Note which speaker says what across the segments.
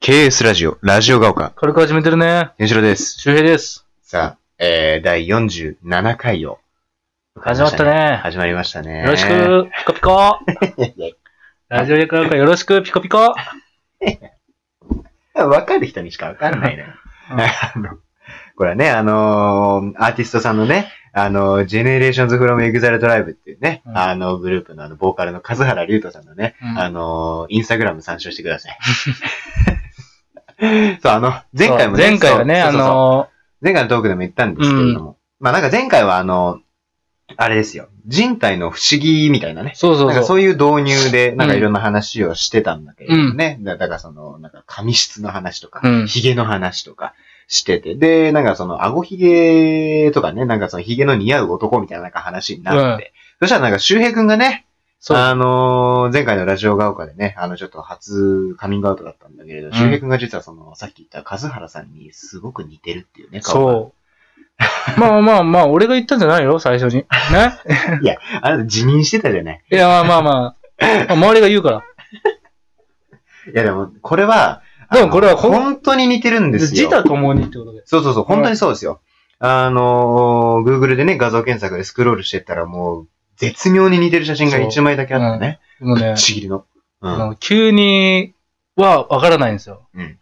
Speaker 1: KS ラジオ、ラジオが丘、
Speaker 2: 軽く始めてるね。
Speaker 1: よしろです。
Speaker 2: 周平です。
Speaker 1: さあ、えー、第47回を。
Speaker 2: 始まった。ね。
Speaker 1: 始まりましたね。
Speaker 2: よろしく、ピコピコ。 ラジオ役なんかよろしく、ピコピコ。
Speaker 1: 分かる人にしか分かんないね。
Speaker 2: う ん
Speaker 1: あのこれはね、あのーアーティストさんのね、あのー、Generations from Exile Tribe っていうね、
Speaker 2: うん
Speaker 1: あの、グループのあの、ボーカルの数原龍斗さんのね、
Speaker 2: うん
Speaker 1: あのーインスタグラム参照してください。 そう、あの、前回もね、
Speaker 2: そう前回はね、
Speaker 1: そう
Speaker 2: あ
Speaker 1: そうそう
Speaker 2: の
Speaker 1: 前回のトークでも言ったんですけれども、まあなんか前回はあの、あれですよ、人体の不思議みたいなね
Speaker 2: ー、、そうそ
Speaker 1: なんか
Speaker 2: う
Speaker 1: そ
Speaker 2: そう。
Speaker 1: ういう導入で、なんかいろんな話をしてたんだけれどもね。だだからその、なんか髪質の話とか、
Speaker 2: うん
Speaker 1: 髭の話とかしてて。で、なんかその、顎髭とかね、なんかその髭の似合う男みたいななんか話になって。そしたらなんか周平くんがね、
Speaker 2: そう。
Speaker 1: あのー前回のラジオが丘でね、あの、ちょっと初カミングアウトだったんだけれど、
Speaker 2: ん
Speaker 1: 周平くんが実はその、さっき言った数原さんにすごく似てるっていうね、顔が
Speaker 2: そう。まあまあまあ、俺が言ったんじゃないよ、最初に。ね。
Speaker 1: あなた辞任してたじゃない。
Speaker 2: いや、まあまあまあ。まあ周りが言うから。
Speaker 1: いやでも、これは、
Speaker 2: でもこれは
Speaker 1: あの
Speaker 2: ほん
Speaker 1: 本当に似てるん ですよ。
Speaker 2: 自他共にってことで。
Speaker 1: そうそうそう、本当にそうですよ。あのー、Google でね、画像検索でスクロールしてったらもう、絶妙に似てる写真が一枚だけあったね。
Speaker 2: もう
Speaker 1: ぶ
Speaker 2: ね
Speaker 1: っ、ちぎりの。う
Speaker 2: あ
Speaker 1: ん。
Speaker 2: の急にはわからないんですよ
Speaker 1: うん。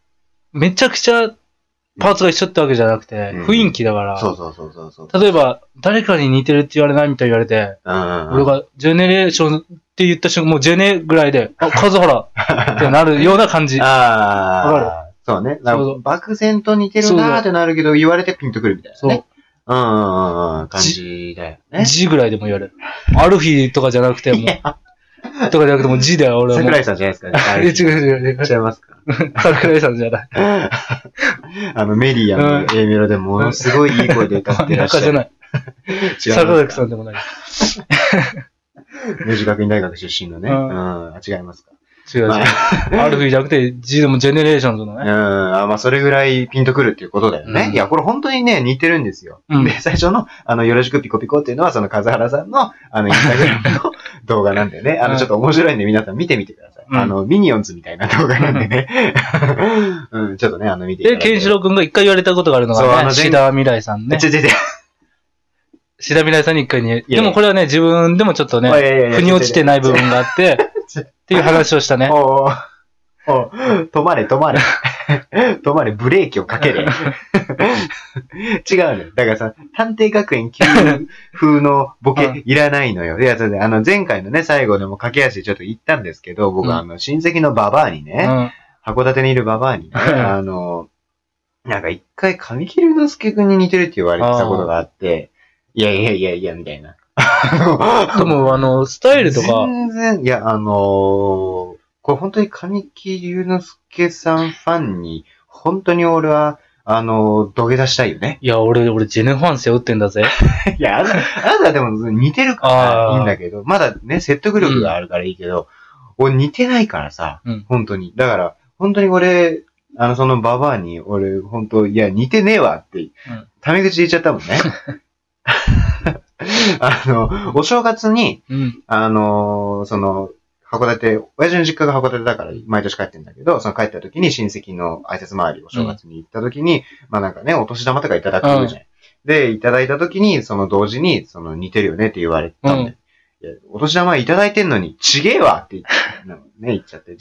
Speaker 2: めちゃくちゃパーツが一緒ってわけじゃなくて、
Speaker 1: うん
Speaker 2: 雰囲気だから。
Speaker 1: そうそうそうそうそう。
Speaker 2: 例えば、誰かに似てるって言われないみたいに言われて、
Speaker 1: うんうんう
Speaker 2: 俺
Speaker 1: ん。
Speaker 2: が、ジェネレーションって言った瞬間、もうジェネぐら いで、あ、カズハラってなるような感じ。わ
Speaker 1: あ
Speaker 2: か
Speaker 1: あ。そうね。
Speaker 2: そうそう
Speaker 1: 漠然と似てるなーってなるけど、言われてピンとくるみたいな
Speaker 2: そう
Speaker 1: ね。。うんうんうんうん。感じだよね。
Speaker 2: G ぐらいでも言われる。アルフィーとかじゃなくて、も
Speaker 1: いや
Speaker 2: う、とかじゃなくて、もう G だよ、俺はもう。
Speaker 1: 桜井さんじゃないですかね。
Speaker 2: え違う違う違う。
Speaker 1: 違いますか
Speaker 2: 桜井さんじゃない。
Speaker 1: あの、メリアの A メロでものすごいいい声で歌ってらっし
Speaker 2: 中
Speaker 1: ゃ
Speaker 2: じゃ
Speaker 1: る。
Speaker 2: ない。
Speaker 1: 違いますか
Speaker 2: 桜井さんでもない。
Speaker 1: 明治学院大学出身のね。う
Speaker 2: うん
Speaker 1: ん、あ違いますか。
Speaker 2: 違う違う。
Speaker 1: ま
Speaker 2: アルフィーじゃなくて、G でもジェネレーションズの
Speaker 1: うん、
Speaker 2: ね。
Speaker 1: あまあ、それぐらいピンとくるっていうことだよね。
Speaker 2: うん
Speaker 1: いや、これ本当にね、似てるんですよ。
Speaker 2: うん
Speaker 1: で、最初の、あの、よろしくピコピコっていうのは、その、風原さん の、あの、インスタグラムの動画なんでね。あ
Speaker 2: う
Speaker 1: の、
Speaker 2: ん
Speaker 1: ちょっと面白いんで、皆さん見てみてください。
Speaker 2: うん
Speaker 1: あの、ミニオンズみたいな動画なんでね。 うん、ちょっとね、あの、見ていた
Speaker 2: で、
Speaker 1: だけ
Speaker 2: ケ
Speaker 1: れ
Speaker 2: ン
Speaker 1: ば
Speaker 2: シロウ君が一回言われたことがあるの
Speaker 1: そうあ
Speaker 2: が
Speaker 1: の
Speaker 2: ね、シダ未来さんね
Speaker 1: ち。ょちょちょ
Speaker 2: シダ未来さんに一回に。
Speaker 1: いや
Speaker 2: でもこれはね、自分でもちょっとね、腑
Speaker 1: 腑
Speaker 2: に落ちてない部分があって、っていう話をしたね。
Speaker 1: おーおー止まれ、止まれ。 止まれ、ブレーキをかけれ。 違うね。だからさ、探偵学園級風のボ
Speaker 2: う
Speaker 1: ケ
Speaker 2: ん
Speaker 1: いらないのよ。いや、それで、あの、前回のね、最後でも駆け足でちょっと言ったんですけど、僕
Speaker 2: うん
Speaker 1: はあの、親戚のババアに
Speaker 2: う
Speaker 1: ね、
Speaker 2: ん。
Speaker 1: 函館にいるババアにね、
Speaker 2: うん
Speaker 1: あの、なんか一回神木隆之介君に似てるって言われてたことがあって、いやいやいやいや、みたいな。
Speaker 2: でも、あの、スタイルとか、
Speaker 1: 全然、いや、あのーこれ本当に神木隆之介さんファンに、本当に俺は、あのー土下座したいよ ね。
Speaker 2: いや、俺、俺、ジェネファン背負ってんだぜ。
Speaker 1: いや、あなた、あなたでも似てるから
Speaker 2: あー
Speaker 1: いいんだけど、まだね、説得力があるからいいけど、俺似てないからさ、
Speaker 2: うん
Speaker 1: 本当に。だから、本当に俺、あの、そのババアに、俺、本当、いや、似てねえわって、タメ口で言っちゃったもんね。 あの、お正月に、
Speaker 2: うん。
Speaker 1: あのーその、函館、親父の実家が函館だから毎年帰ってんだけど、その帰った時に親戚の挨拶回りお正月に行った時に、まあなんかね、お年玉とかいただくじゃん。
Speaker 2: うん
Speaker 1: で、いただいた時に、その同時に、その似てるよねって言われたんで、いやお年玉いただいてんのに、ちげえわって言って、なんかね、言っちゃって、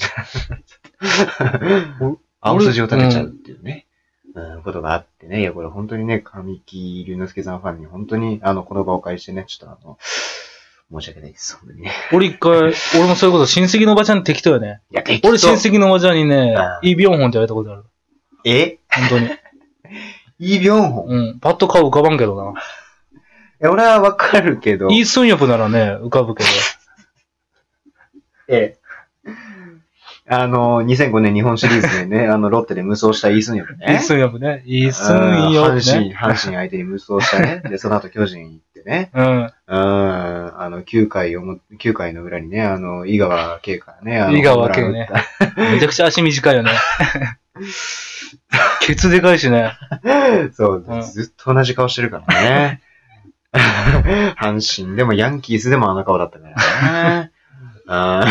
Speaker 1: 青筋を立てちゃうっていうね、うん、ことがあってね、いや、これ本当にね、神木隆之介さんファンに本当に、あの、この場を借りしてね、ちょっとあの、申し訳ないです、本当にね。
Speaker 2: 俺一回、俺もそういうこと、親戚のおばちゃん適当よね。
Speaker 1: いや、適当
Speaker 2: 俺、親戚のおばちゃんにね
Speaker 1: あ、ー
Speaker 2: イ・ビョンホンって言われたことある。
Speaker 1: え
Speaker 2: 本当に。
Speaker 1: イ・ビョンホン。
Speaker 2: うん。パッと顔浮かばんけどな。
Speaker 1: え、俺はわかるけど。
Speaker 2: イ・スンヨプならね、浮かぶけど。
Speaker 1: えあの、2005年日本シリーズで ね、あの、ロッテで無双したイ・スンヨプ
Speaker 2: イ・
Speaker 1: ね。
Speaker 2: スンヨプね。イ・ス
Speaker 1: うん
Speaker 2: ンヨプ
Speaker 1: 阪神、
Speaker 2: ね。
Speaker 1: 阪神相手に無双したね。 で、その後巨人行ってね。
Speaker 2: うん。
Speaker 1: うん。あの、9回をも、9回の裏にね、あの、井川圭からね。あの
Speaker 2: 井川圭ね。
Speaker 1: ホームラン打っ
Speaker 2: めちゃくちゃ足短 いよね。ケツでかいしね。
Speaker 1: た そう、
Speaker 2: うん
Speaker 1: ずっと同じ顔してるから ね。阪神でもヤンキースでもあの顔だったからね。あ
Speaker 2: うん。
Speaker 1: あ。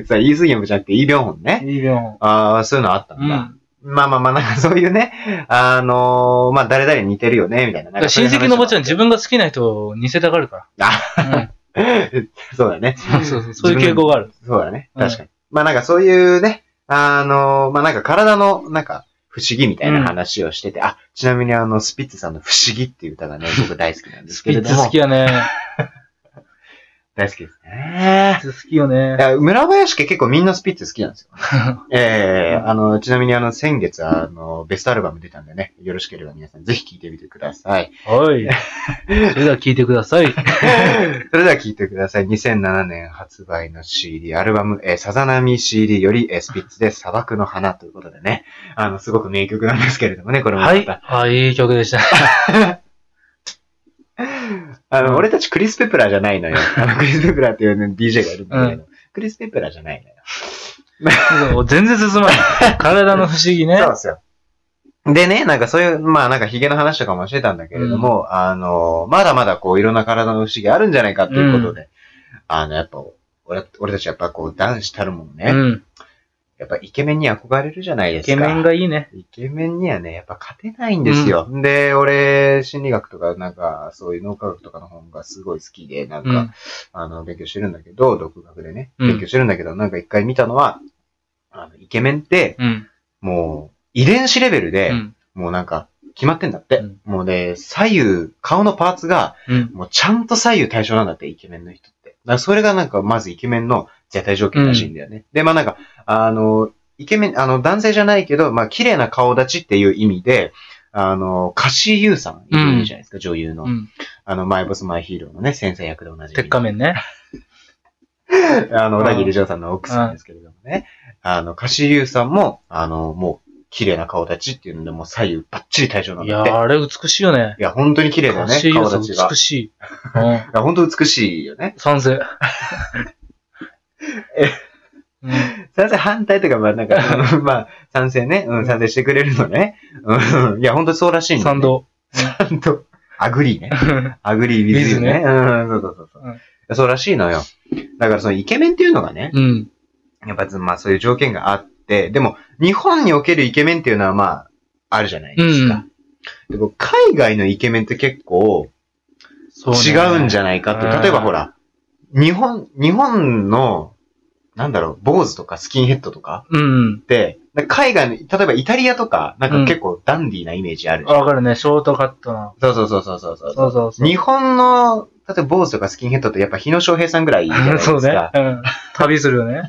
Speaker 1: さ、イースギョムじゃなくてイ・ビョンホンね。
Speaker 2: いいよ。
Speaker 1: ああ、そういうのあった
Speaker 2: うん
Speaker 1: だ。
Speaker 2: ん。
Speaker 1: まあまあまあ、なんかそういうね、あのー、まあ誰々に似てるよね、みたいな。
Speaker 2: だ
Speaker 1: な
Speaker 2: から親戚のおばちゃん
Speaker 1: んか
Speaker 2: 自分が好きな人を似せたがるから。
Speaker 1: そういう話もあった そうだね。
Speaker 2: うん。そうそう。そういう傾向がある。
Speaker 1: そうだね。
Speaker 2: うん
Speaker 1: 確かに。まあなんかそういうね、あの、まあなんか体の、なんか、不思議みたいな話をしてて、あ、ちなみにあの、スピッツさんの不思議っていう歌がね、僕大好きなんです
Speaker 2: ス
Speaker 1: け
Speaker 2: ピ
Speaker 1: れ
Speaker 2: ッ
Speaker 1: ど
Speaker 2: ツ好
Speaker 1: も
Speaker 2: き。やね。
Speaker 1: 大好きですね。
Speaker 2: スピッツ好きよ
Speaker 1: い
Speaker 2: ね。
Speaker 1: や村林家結構みんなスピッツ好きなんです よ。ええあの、ちなみにあの、先月あの、ベストアルバム出たんでね、よろしければ皆さんぜひ聴いてみてくださ い。
Speaker 2: はい。それでは聞いてく ださい。
Speaker 1: それでは聴いてください。2007年発売の CD、アルバム、えー、さざ波 CD より、えースピッツで砂漠の花ということでね。あの、すごく名曲なんですけれどもね、これもま
Speaker 2: は
Speaker 1: た。
Speaker 2: い。あ、いい曲で した。
Speaker 1: あの、
Speaker 2: うん
Speaker 1: 俺たちクリス・ペプラーじゃないのよ。あの、クリス・ペプラーっていう、ね、DJ がいるんだけど、
Speaker 2: う
Speaker 1: クリス・ペプラーじゃないのよ。
Speaker 2: もう全然進まない。体の不思議ね
Speaker 1: そう。ですよ。でね、なんかそういう、まあなんかヒゲの話とかもしてたんだけれども、あの、まだまだこういろんな体の不思議あるんじゃないかということで、あの、やっぱ、俺俺たちやっぱこう男子たるもんね、
Speaker 2: うん。
Speaker 1: やっぱイケメンに憧れるじゃないで
Speaker 2: イ
Speaker 1: すか。
Speaker 2: ケメンがいいね。
Speaker 1: イケメンにはね、やっぱ勝てないんですよ。で、俺、心理学とか、なんか、そういう脳科学とかの本がすごい好きで、なんか、
Speaker 2: うん。
Speaker 1: あの、勉強してるんだけど、独学でね、
Speaker 2: うん
Speaker 1: 勉強してるんだけど、なんか一回見たのは、あのイケメンって、
Speaker 2: うん。
Speaker 1: もう、遺伝子レベルで、
Speaker 2: うん
Speaker 1: もうなんか、決まってんだって。
Speaker 2: うん
Speaker 1: もうね、左右、顔のパーツが、
Speaker 2: うん。
Speaker 1: もうちゃんと左右対称なんだって、イケメンの人って。だからそれがなんか、まずイケメンの絶対条件らしいんだよね。で、まあなんか、あの、イケメン、あの、男性じゃないけど、まあ、綺麗な顔立ちっていう意味で、あの、カシーユーさん、いるじゃないですか、女優の。
Speaker 2: うん。
Speaker 1: あの、マイボスマイヒーローのね、先生役で同じ。
Speaker 2: 鉄仮面ね。
Speaker 1: あの、
Speaker 2: う
Speaker 1: 小
Speaker 2: ん
Speaker 1: 田切ジョーさんの奥さんですけれどもね。あの、カシーユーさんも、あの、もう、綺麗な顔立ちっていうので、もう左右バッチリ対称なん
Speaker 2: い
Speaker 1: だ
Speaker 2: や
Speaker 1: って。
Speaker 2: ー、あれ美しいよね。
Speaker 1: いや、本当に綺麗だよ
Speaker 2: 美
Speaker 1: ね
Speaker 2: しい、
Speaker 1: 顔
Speaker 2: よ、
Speaker 1: 立ちが。
Speaker 2: 美しい。うん。
Speaker 1: いや、本当美しいよね。
Speaker 2: 賛成。
Speaker 1: え
Speaker 2: うん、
Speaker 1: 賛成反対とか、まあなんか、うんまあ、賛成ね。うん、賛成してくれるのね。うん、いや、本当そうらしいんだよ
Speaker 2: 賛
Speaker 1: ね。
Speaker 2: 同。
Speaker 1: 賛同。アグリーね。
Speaker 2: う
Speaker 1: アグリービズね。ね
Speaker 2: with
Speaker 1: うん、そうそうそうそう
Speaker 2: うん
Speaker 1: いや。そうらしいのよ。だからそのイケメンっていうのがね、
Speaker 2: ん。
Speaker 1: やっぱまあそういう条件があって、でも日本におけるイケメンっていうのはまあ、あるじゃないですか。でも海外のイケメンって結構
Speaker 2: そ
Speaker 1: 違うんじ
Speaker 2: ゃ。
Speaker 1: ゃないかって。
Speaker 2: うん
Speaker 1: 例えばほら、日本、日本の、なんだろう、坊主とかスキンヘッドとか
Speaker 2: うん。
Speaker 1: って、なんか海外の、例えばイタリアとか、なんか結構ダンディーなイメージあるじゃん。
Speaker 2: わかるね、ショートカットな。
Speaker 1: そうそうそうそうそうそう。
Speaker 2: そうそうそう。
Speaker 1: 日本の、例えば坊主とかスキンヘッドってやっぱ日野翔平さんぐらいじゃない ですか。
Speaker 2: そうね。うん。旅するよね。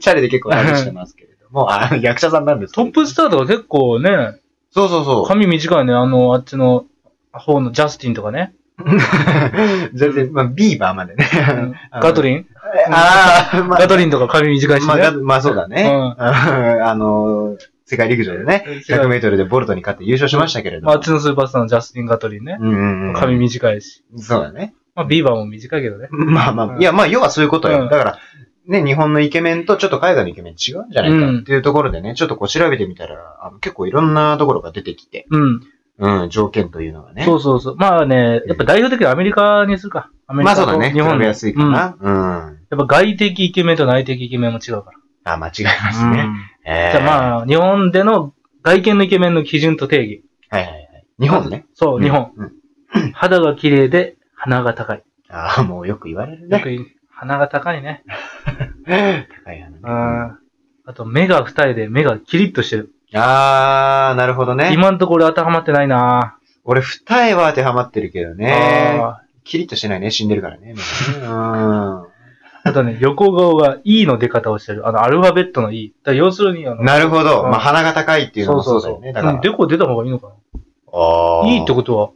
Speaker 1: チャレで結構話してますけれども、あの役者さんなんですけ
Speaker 2: ト
Speaker 1: ど
Speaker 2: ップスターとか結構ね、
Speaker 1: そうそうそう。
Speaker 2: 髪短いね、あの、あっちの方のジャスティンとかね。
Speaker 1: 全然、まあ、ビーバーまでね。
Speaker 2: ガト
Speaker 1: ン。
Speaker 2: リン
Speaker 1: ああ、まあ、
Speaker 2: ガトリンとか髪短いし
Speaker 1: まあ、ガ
Speaker 2: ね。
Speaker 1: まあそうだね。
Speaker 2: う
Speaker 1: あの、世界陸上でね、100メートルでボルトに勝って優勝しましたけれども。
Speaker 2: まああっちのスーパースターのジャスティン・ガトリンね。
Speaker 1: うんうんうん。
Speaker 2: 髪短いし。
Speaker 1: そうだね。
Speaker 2: まあ、ビーバーも短いけどね。
Speaker 1: まあま
Speaker 2: う
Speaker 1: あ、
Speaker 2: ん
Speaker 1: いやまあ、要はそういうこと
Speaker 2: う
Speaker 1: よ。
Speaker 2: ん
Speaker 1: だから、ね、日本のイケメンとちょっと海外のイケメン違うんじゃないかっていうところでね、ちょっとこう調べてみたら、あの結構いろんなところが出てきて、
Speaker 2: うん。
Speaker 1: うん、条件というのがね。
Speaker 2: そうそうそう。まあね、やっぱ代表的にアメリカにするか。アメリ
Speaker 1: ま
Speaker 2: カ
Speaker 1: あ
Speaker 2: と
Speaker 1: そうだね。
Speaker 2: 日本
Speaker 1: 比べやすいか
Speaker 2: うん
Speaker 1: な。うん。
Speaker 2: やっぱ外的イケメンと内的イケメンも違うから。
Speaker 1: あ、間違いますね。え
Speaker 2: じゃあ
Speaker 1: あ、
Speaker 2: まあ、日本での外見のイケメンの基準と定義。
Speaker 1: はいはいはい。日本ね。
Speaker 2: そう、
Speaker 1: うん
Speaker 2: 日本。。
Speaker 1: うん
Speaker 2: 肌が綺麗で、鼻が高い。
Speaker 1: ああ、もうよく言われる
Speaker 2: よ
Speaker 1: ね
Speaker 2: く。言う鼻が高いね。
Speaker 1: 高い
Speaker 2: うん。
Speaker 1: 花ね。
Speaker 2: あと、目が二重で、目がキリッとしてる。
Speaker 1: あー、なるほどね。
Speaker 2: 今んところ当てはまってないな
Speaker 1: 俺、二重は当てはまってるけどね。
Speaker 2: あー
Speaker 1: キリッとしてないね。死んでるから ね。もうね
Speaker 2: あとね、横顔が E の出方をしてる。あの、アルファベットの E。だから要するに、あ
Speaker 1: う
Speaker 2: の、
Speaker 1: んなるほど。
Speaker 2: うん
Speaker 1: まあ、鼻が高いっていうのもそうだよね。だか
Speaker 2: う
Speaker 1: ら
Speaker 2: ん。デコ出た方がいいのか
Speaker 1: ああ。
Speaker 2: ないいってことは、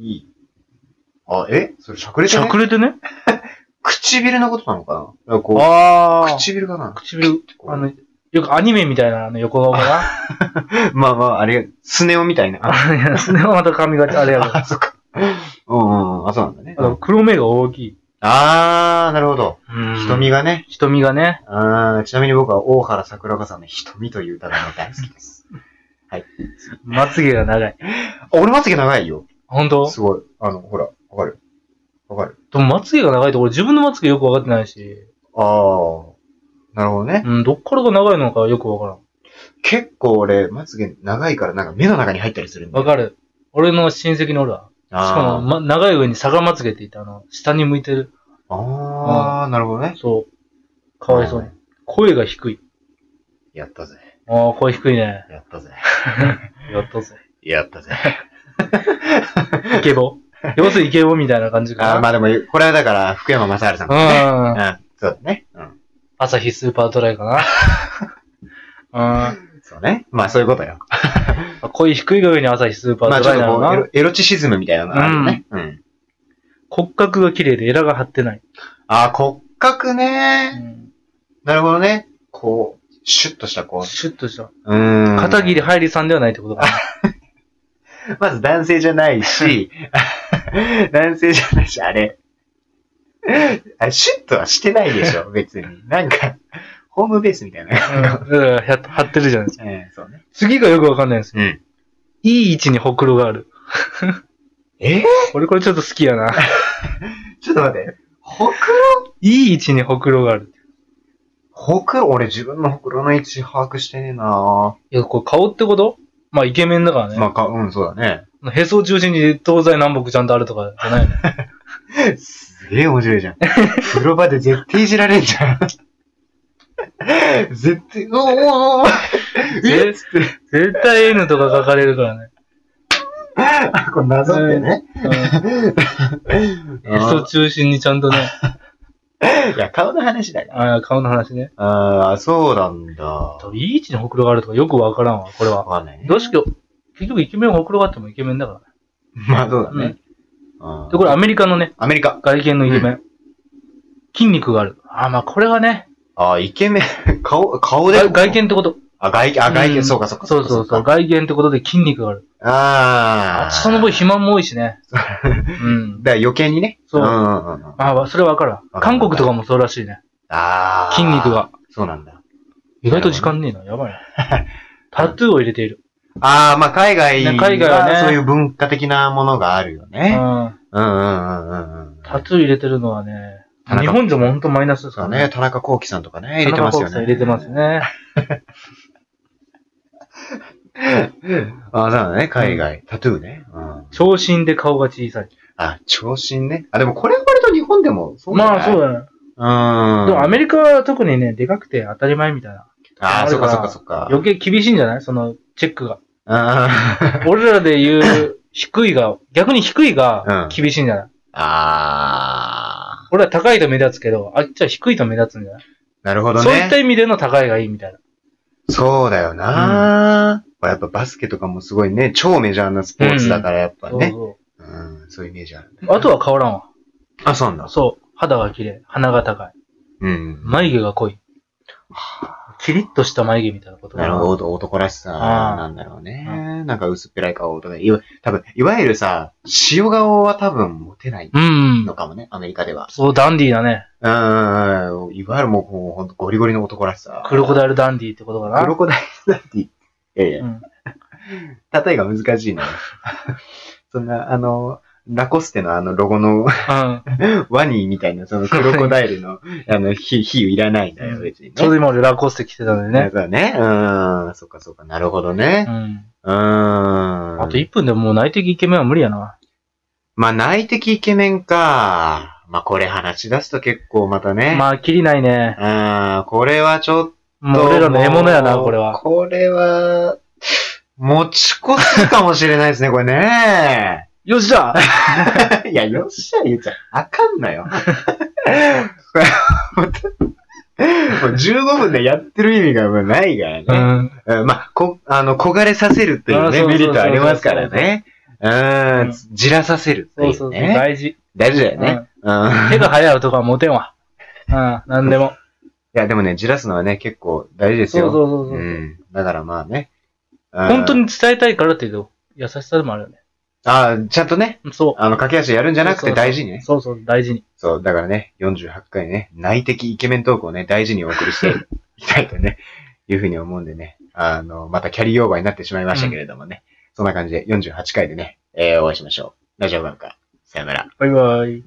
Speaker 1: いい。あ、えそれしゃくれ
Speaker 2: し
Speaker 1: じゃ
Speaker 2: ゃ
Speaker 1: ない
Speaker 2: くれてね。
Speaker 1: 唇のことなのかなだからこう
Speaker 2: あー
Speaker 1: 唇かな
Speaker 2: 唇、
Speaker 1: こう
Speaker 2: あの、よくアニメみたいなあの横顔か な。
Speaker 1: まあまあ、あれ、スネ夫みたいな。あ、
Speaker 2: あいやそれはまた髪があれやけど。あ
Speaker 1: そっか。うんうんうん、あ、そうなんだね。
Speaker 2: と黒目が大きい。
Speaker 1: あー、なるほど。瞳
Speaker 2: が。
Speaker 1: がね。
Speaker 2: 瞳がね。
Speaker 1: あーちなみに僕は大原桜子さんの瞳という歌が大好きです。
Speaker 2: まつげが長い。
Speaker 1: あ俺まつげ長いよ。
Speaker 2: 本当
Speaker 1: すごい。あの、ほら、わかる。わかる。
Speaker 2: でもまつげが長いと俺自分のまつげよくわかってないし、
Speaker 1: ああ。なるほどね。
Speaker 2: うん、どっからが長いのかよくわからん。
Speaker 1: 結構俺、まつげ長いからなんか目の中に入ったりするんだ
Speaker 2: わ
Speaker 1: よ。
Speaker 2: かる。俺の親戚のおるわ。しかも、
Speaker 1: あ
Speaker 2: ま、長い上に逆まつげって言って、あの、下に向いてる。
Speaker 1: あ。ああ、なるほどね。
Speaker 2: そう。かわいそうに。声が低い。
Speaker 1: やったぜ。
Speaker 2: ああ、声低いね。
Speaker 1: やったぜ。
Speaker 2: やったぜ。
Speaker 1: やったぜ。
Speaker 2: イ ケボ。要するにイケボみたいな感じかな。
Speaker 1: あ あ、まあでも、これはだから、福山雅治さんだね。
Speaker 2: うん。
Speaker 1: うん。そうだね。うん。
Speaker 2: 朝日スーパードラ イかな。うん
Speaker 1: そうね。まあそういうことよ。
Speaker 2: あ。声低いが上に朝日スーパ
Speaker 1: まあ
Speaker 2: ー
Speaker 1: ち
Speaker 2: ド
Speaker 1: ょっ
Speaker 2: ライ
Speaker 1: と
Speaker 2: な
Speaker 1: こうエ
Speaker 2: のかな。
Speaker 1: ロ、エロチシズムみたいなのがあるよね。うん。
Speaker 2: 骨格が綺麗でエラが張ってない。
Speaker 1: ああ、骨格ね。なるほどね。こう、シュッとしたこ
Speaker 2: シュッとした。
Speaker 1: う。うーん。
Speaker 2: 片桐入りさんではないってことかな。
Speaker 1: まず男性じゃない し、男性じゃないし、あれ。あシュッとはしてないでし ょ、別に。なんか、ホームベースみたいな。
Speaker 2: うん、うんや張ってるじゃないですか。
Speaker 1: えーそうね。
Speaker 2: 次がよくわかんないです。
Speaker 1: うん。
Speaker 2: いい位置にほくろがある。
Speaker 1: えー
Speaker 2: 俺これちょっと好き やな。
Speaker 1: ちょっと待って。ほく
Speaker 2: いい位置にほくろがある。
Speaker 1: ほくろ、俺自分のほくろの位置把握してねえない
Speaker 2: や、これ顔ってことまあイケメンだからね。
Speaker 1: まあか、うん、そうだ
Speaker 2: へそを中心に東西南北ちゃんとあるとかじゃないの。
Speaker 1: ね。すげえ面白 いじゃん。風呂場で絶対いじられんじ ゃん。絶対、おーおーおーえっつって。
Speaker 2: 絶対 N とか書かれるからね。
Speaker 1: あこれなぞってね。
Speaker 2: うんへそ中心にちゃんとね、
Speaker 1: いや、顔の話だよ。
Speaker 2: あー顔の話ね。
Speaker 1: ああ、そうなんだ。わ
Speaker 2: いい位置にほくろがあるとかよくわからんわ、これは。
Speaker 1: かんないね。
Speaker 2: どうしよう。結局イケメンはほくろがあってもイケメンだから。
Speaker 1: まあ、そうだね。
Speaker 2: で、これアメリカのね、
Speaker 1: アメリカ。
Speaker 2: 外見のイケメン。筋肉がある。あーまあこれがね、
Speaker 1: ああ、イケメン。顔、顔で
Speaker 2: 外外見ってこと。
Speaker 1: あ、外見、あ、外
Speaker 2: う
Speaker 1: 見、
Speaker 2: ん
Speaker 1: そうか、そうか。
Speaker 2: そうそうそ
Speaker 1: か
Speaker 2: う。外見ってことで筋肉がある。
Speaker 1: ああ。
Speaker 2: その分
Speaker 1: だか
Speaker 2: 肥満も多いしね。 うん。
Speaker 1: ら余計にね。
Speaker 2: そうん
Speaker 1: んうんうん。
Speaker 2: ああ、それわかるわ。
Speaker 1: わかる
Speaker 2: 韓国とかもそうらしいね。
Speaker 1: ああ。
Speaker 2: 筋肉。が。
Speaker 1: そうなんだ。
Speaker 2: 意外と時間ねえな。やばいな。タトゥーを入れている。
Speaker 1: ああ、まあ、海外
Speaker 2: ね海外はね
Speaker 1: そういう文化的なものがあるよ
Speaker 2: う
Speaker 1: ね。
Speaker 2: ん。
Speaker 1: うんうんうんうんうん。
Speaker 2: タトゥー入れてるのはね、
Speaker 1: 田中
Speaker 2: 日本じゃもうほんとマイナスです
Speaker 1: そ
Speaker 2: から
Speaker 1: うね、。田中幸喜さんとかね、入れてますよね。
Speaker 2: 入れてます。ね。
Speaker 1: ああ、そうだね、海外。タトゥーね。うん。
Speaker 2: 長身で顔が小さい。
Speaker 1: あ、長身ね。あ、でもこれは割と日本でもそうじゃない
Speaker 2: まあそう
Speaker 1: う
Speaker 2: だね。
Speaker 1: ーん。
Speaker 2: でもアメ
Speaker 1: リ
Speaker 2: リカは特にね、でかくて当たり前みたいな。
Speaker 1: カあー、
Speaker 2: あ
Speaker 1: そ
Speaker 2: る
Speaker 1: っ
Speaker 2: か
Speaker 1: からそっかそっか。
Speaker 2: 余計厳しいんじゃないそのチェックが。
Speaker 1: あー
Speaker 2: 俺らで言う低いが、逆に低いが
Speaker 1: うん
Speaker 2: 厳しいんじゃない、
Speaker 1: あ
Speaker 2: 俺は高いと目立つけど、あっちは低いと目立つんじゃない
Speaker 1: ー。なるほどね。
Speaker 2: そういった意味での高いがいいみたいな。
Speaker 1: そうだよな、やっぱバスケとかもすごいね、超メジャーなスポーツだからやっぱね。
Speaker 2: そう
Speaker 1: うん、そういうイメージある、
Speaker 2: そうあとは変わらんわ。
Speaker 1: あ、そうなんだ。
Speaker 2: そう。肌が綺麗。鼻が高い。
Speaker 1: うん。
Speaker 2: 眉毛が濃い。キリッとした眉毛みたいなこと
Speaker 1: な
Speaker 2: か
Speaker 1: るほど、男らしさなんだろうね。なんか薄っぺらい顔とか、いわ多分、いわゆるさ、塩顔は多分モテない
Speaker 2: うん。
Speaker 1: のかもね、アメリカでは。
Speaker 2: そう、ダンディーだね。
Speaker 1: うーん、いわゆるもうこう、ほんとゴリゴリの男らしさ。
Speaker 2: クロコダイルダンディーってことかな。
Speaker 1: クロコダイルダンディ。ええ、
Speaker 2: うん
Speaker 1: 例えが難しいな。 そんな、あの、ラコステのあのロゴの
Speaker 2: うん。
Speaker 1: ワニみたいな、そのクロコダイルの、あの、比比喩いらないんだよ、別にね。
Speaker 2: ちょうど今俺ラコーステ着てたんで
Speaker 1: ね
Speaker 2: ね。。
Speaker 1: そうね。うーん、そっかそっか、なるほど
Speaker 2: う
Speaker 1: ね。
Speaker 2: ん。
Speaker 1: うーん。
Speaker 2: あと1分でもう内的イケメンは無理やな。
Speaker 1: まあ、内的イケメンか。まあ、これ話し出すと結構またね。
Speaker 2: まあ、キリないね。
Speaker 1: あ、うん、これはちょっと
Speaker 2: もう俺らの獲物やな、これは。
Speaker 1: これは、持ち越すかもしれないですね、これ ね。
Speaker 2: よっしゃ
Speaker 1: いや、よっしゃ、言っちゃあかんのよ。これ本当もう15分でやってる意味がもうないからね。
Speaker 2: うん。
Speaker 1: うんまあ、こ、あの、焦がれさせるっていう
Speaker 2: あそう
Speaker 1: ね、
Speaker 2: そうそ
Speaker 1: メ
Speaker 2: う
Speaker 1: リットありますからね。う
Speaker 2: うん
Speaker 1: ん、じらさせるって
Speaker 2: そう
Speaker 1: い
Speaker 2: そううそう、
Speaker 1: ね。
Speaker 2: 大事。
Speaker 1: 大事だよね。うん。
Speaker 2: 手が早い男はモテんわ。うん、なんでも。
Speaker 1: いや、でもね、じらすのはね、結構大事です
Speaker 2: そう
Speaker 1: よ。
Speaker 2: そうそうそう、
Speaker 1: うん。だからまあね。
Speaker 2: 本当
Speaker 1: に。
Speaker 2: に伝えたいからっていうと、優しさでもあるよね。
Speaker 1: あーちゃんとね、
Speaker 2: そ
Speaker 1: あの、駆け足でやるんじゃなくて大事に
Speaker 2: う。
Speaker 1: ね。
Speaker 2: そうそう、大事に。
Speaker 1: そう、だからね、48回ね、内的イケメントークをね、大事にお送り していきたいとね、いうふうに思うんでね、あの、またキャリーオーバーになってしまいましたけれどもね、そんな感じで48回でね、えーお会いしましょう。ラジオバンカー、さよなら。
Speaker 2: バイバイ。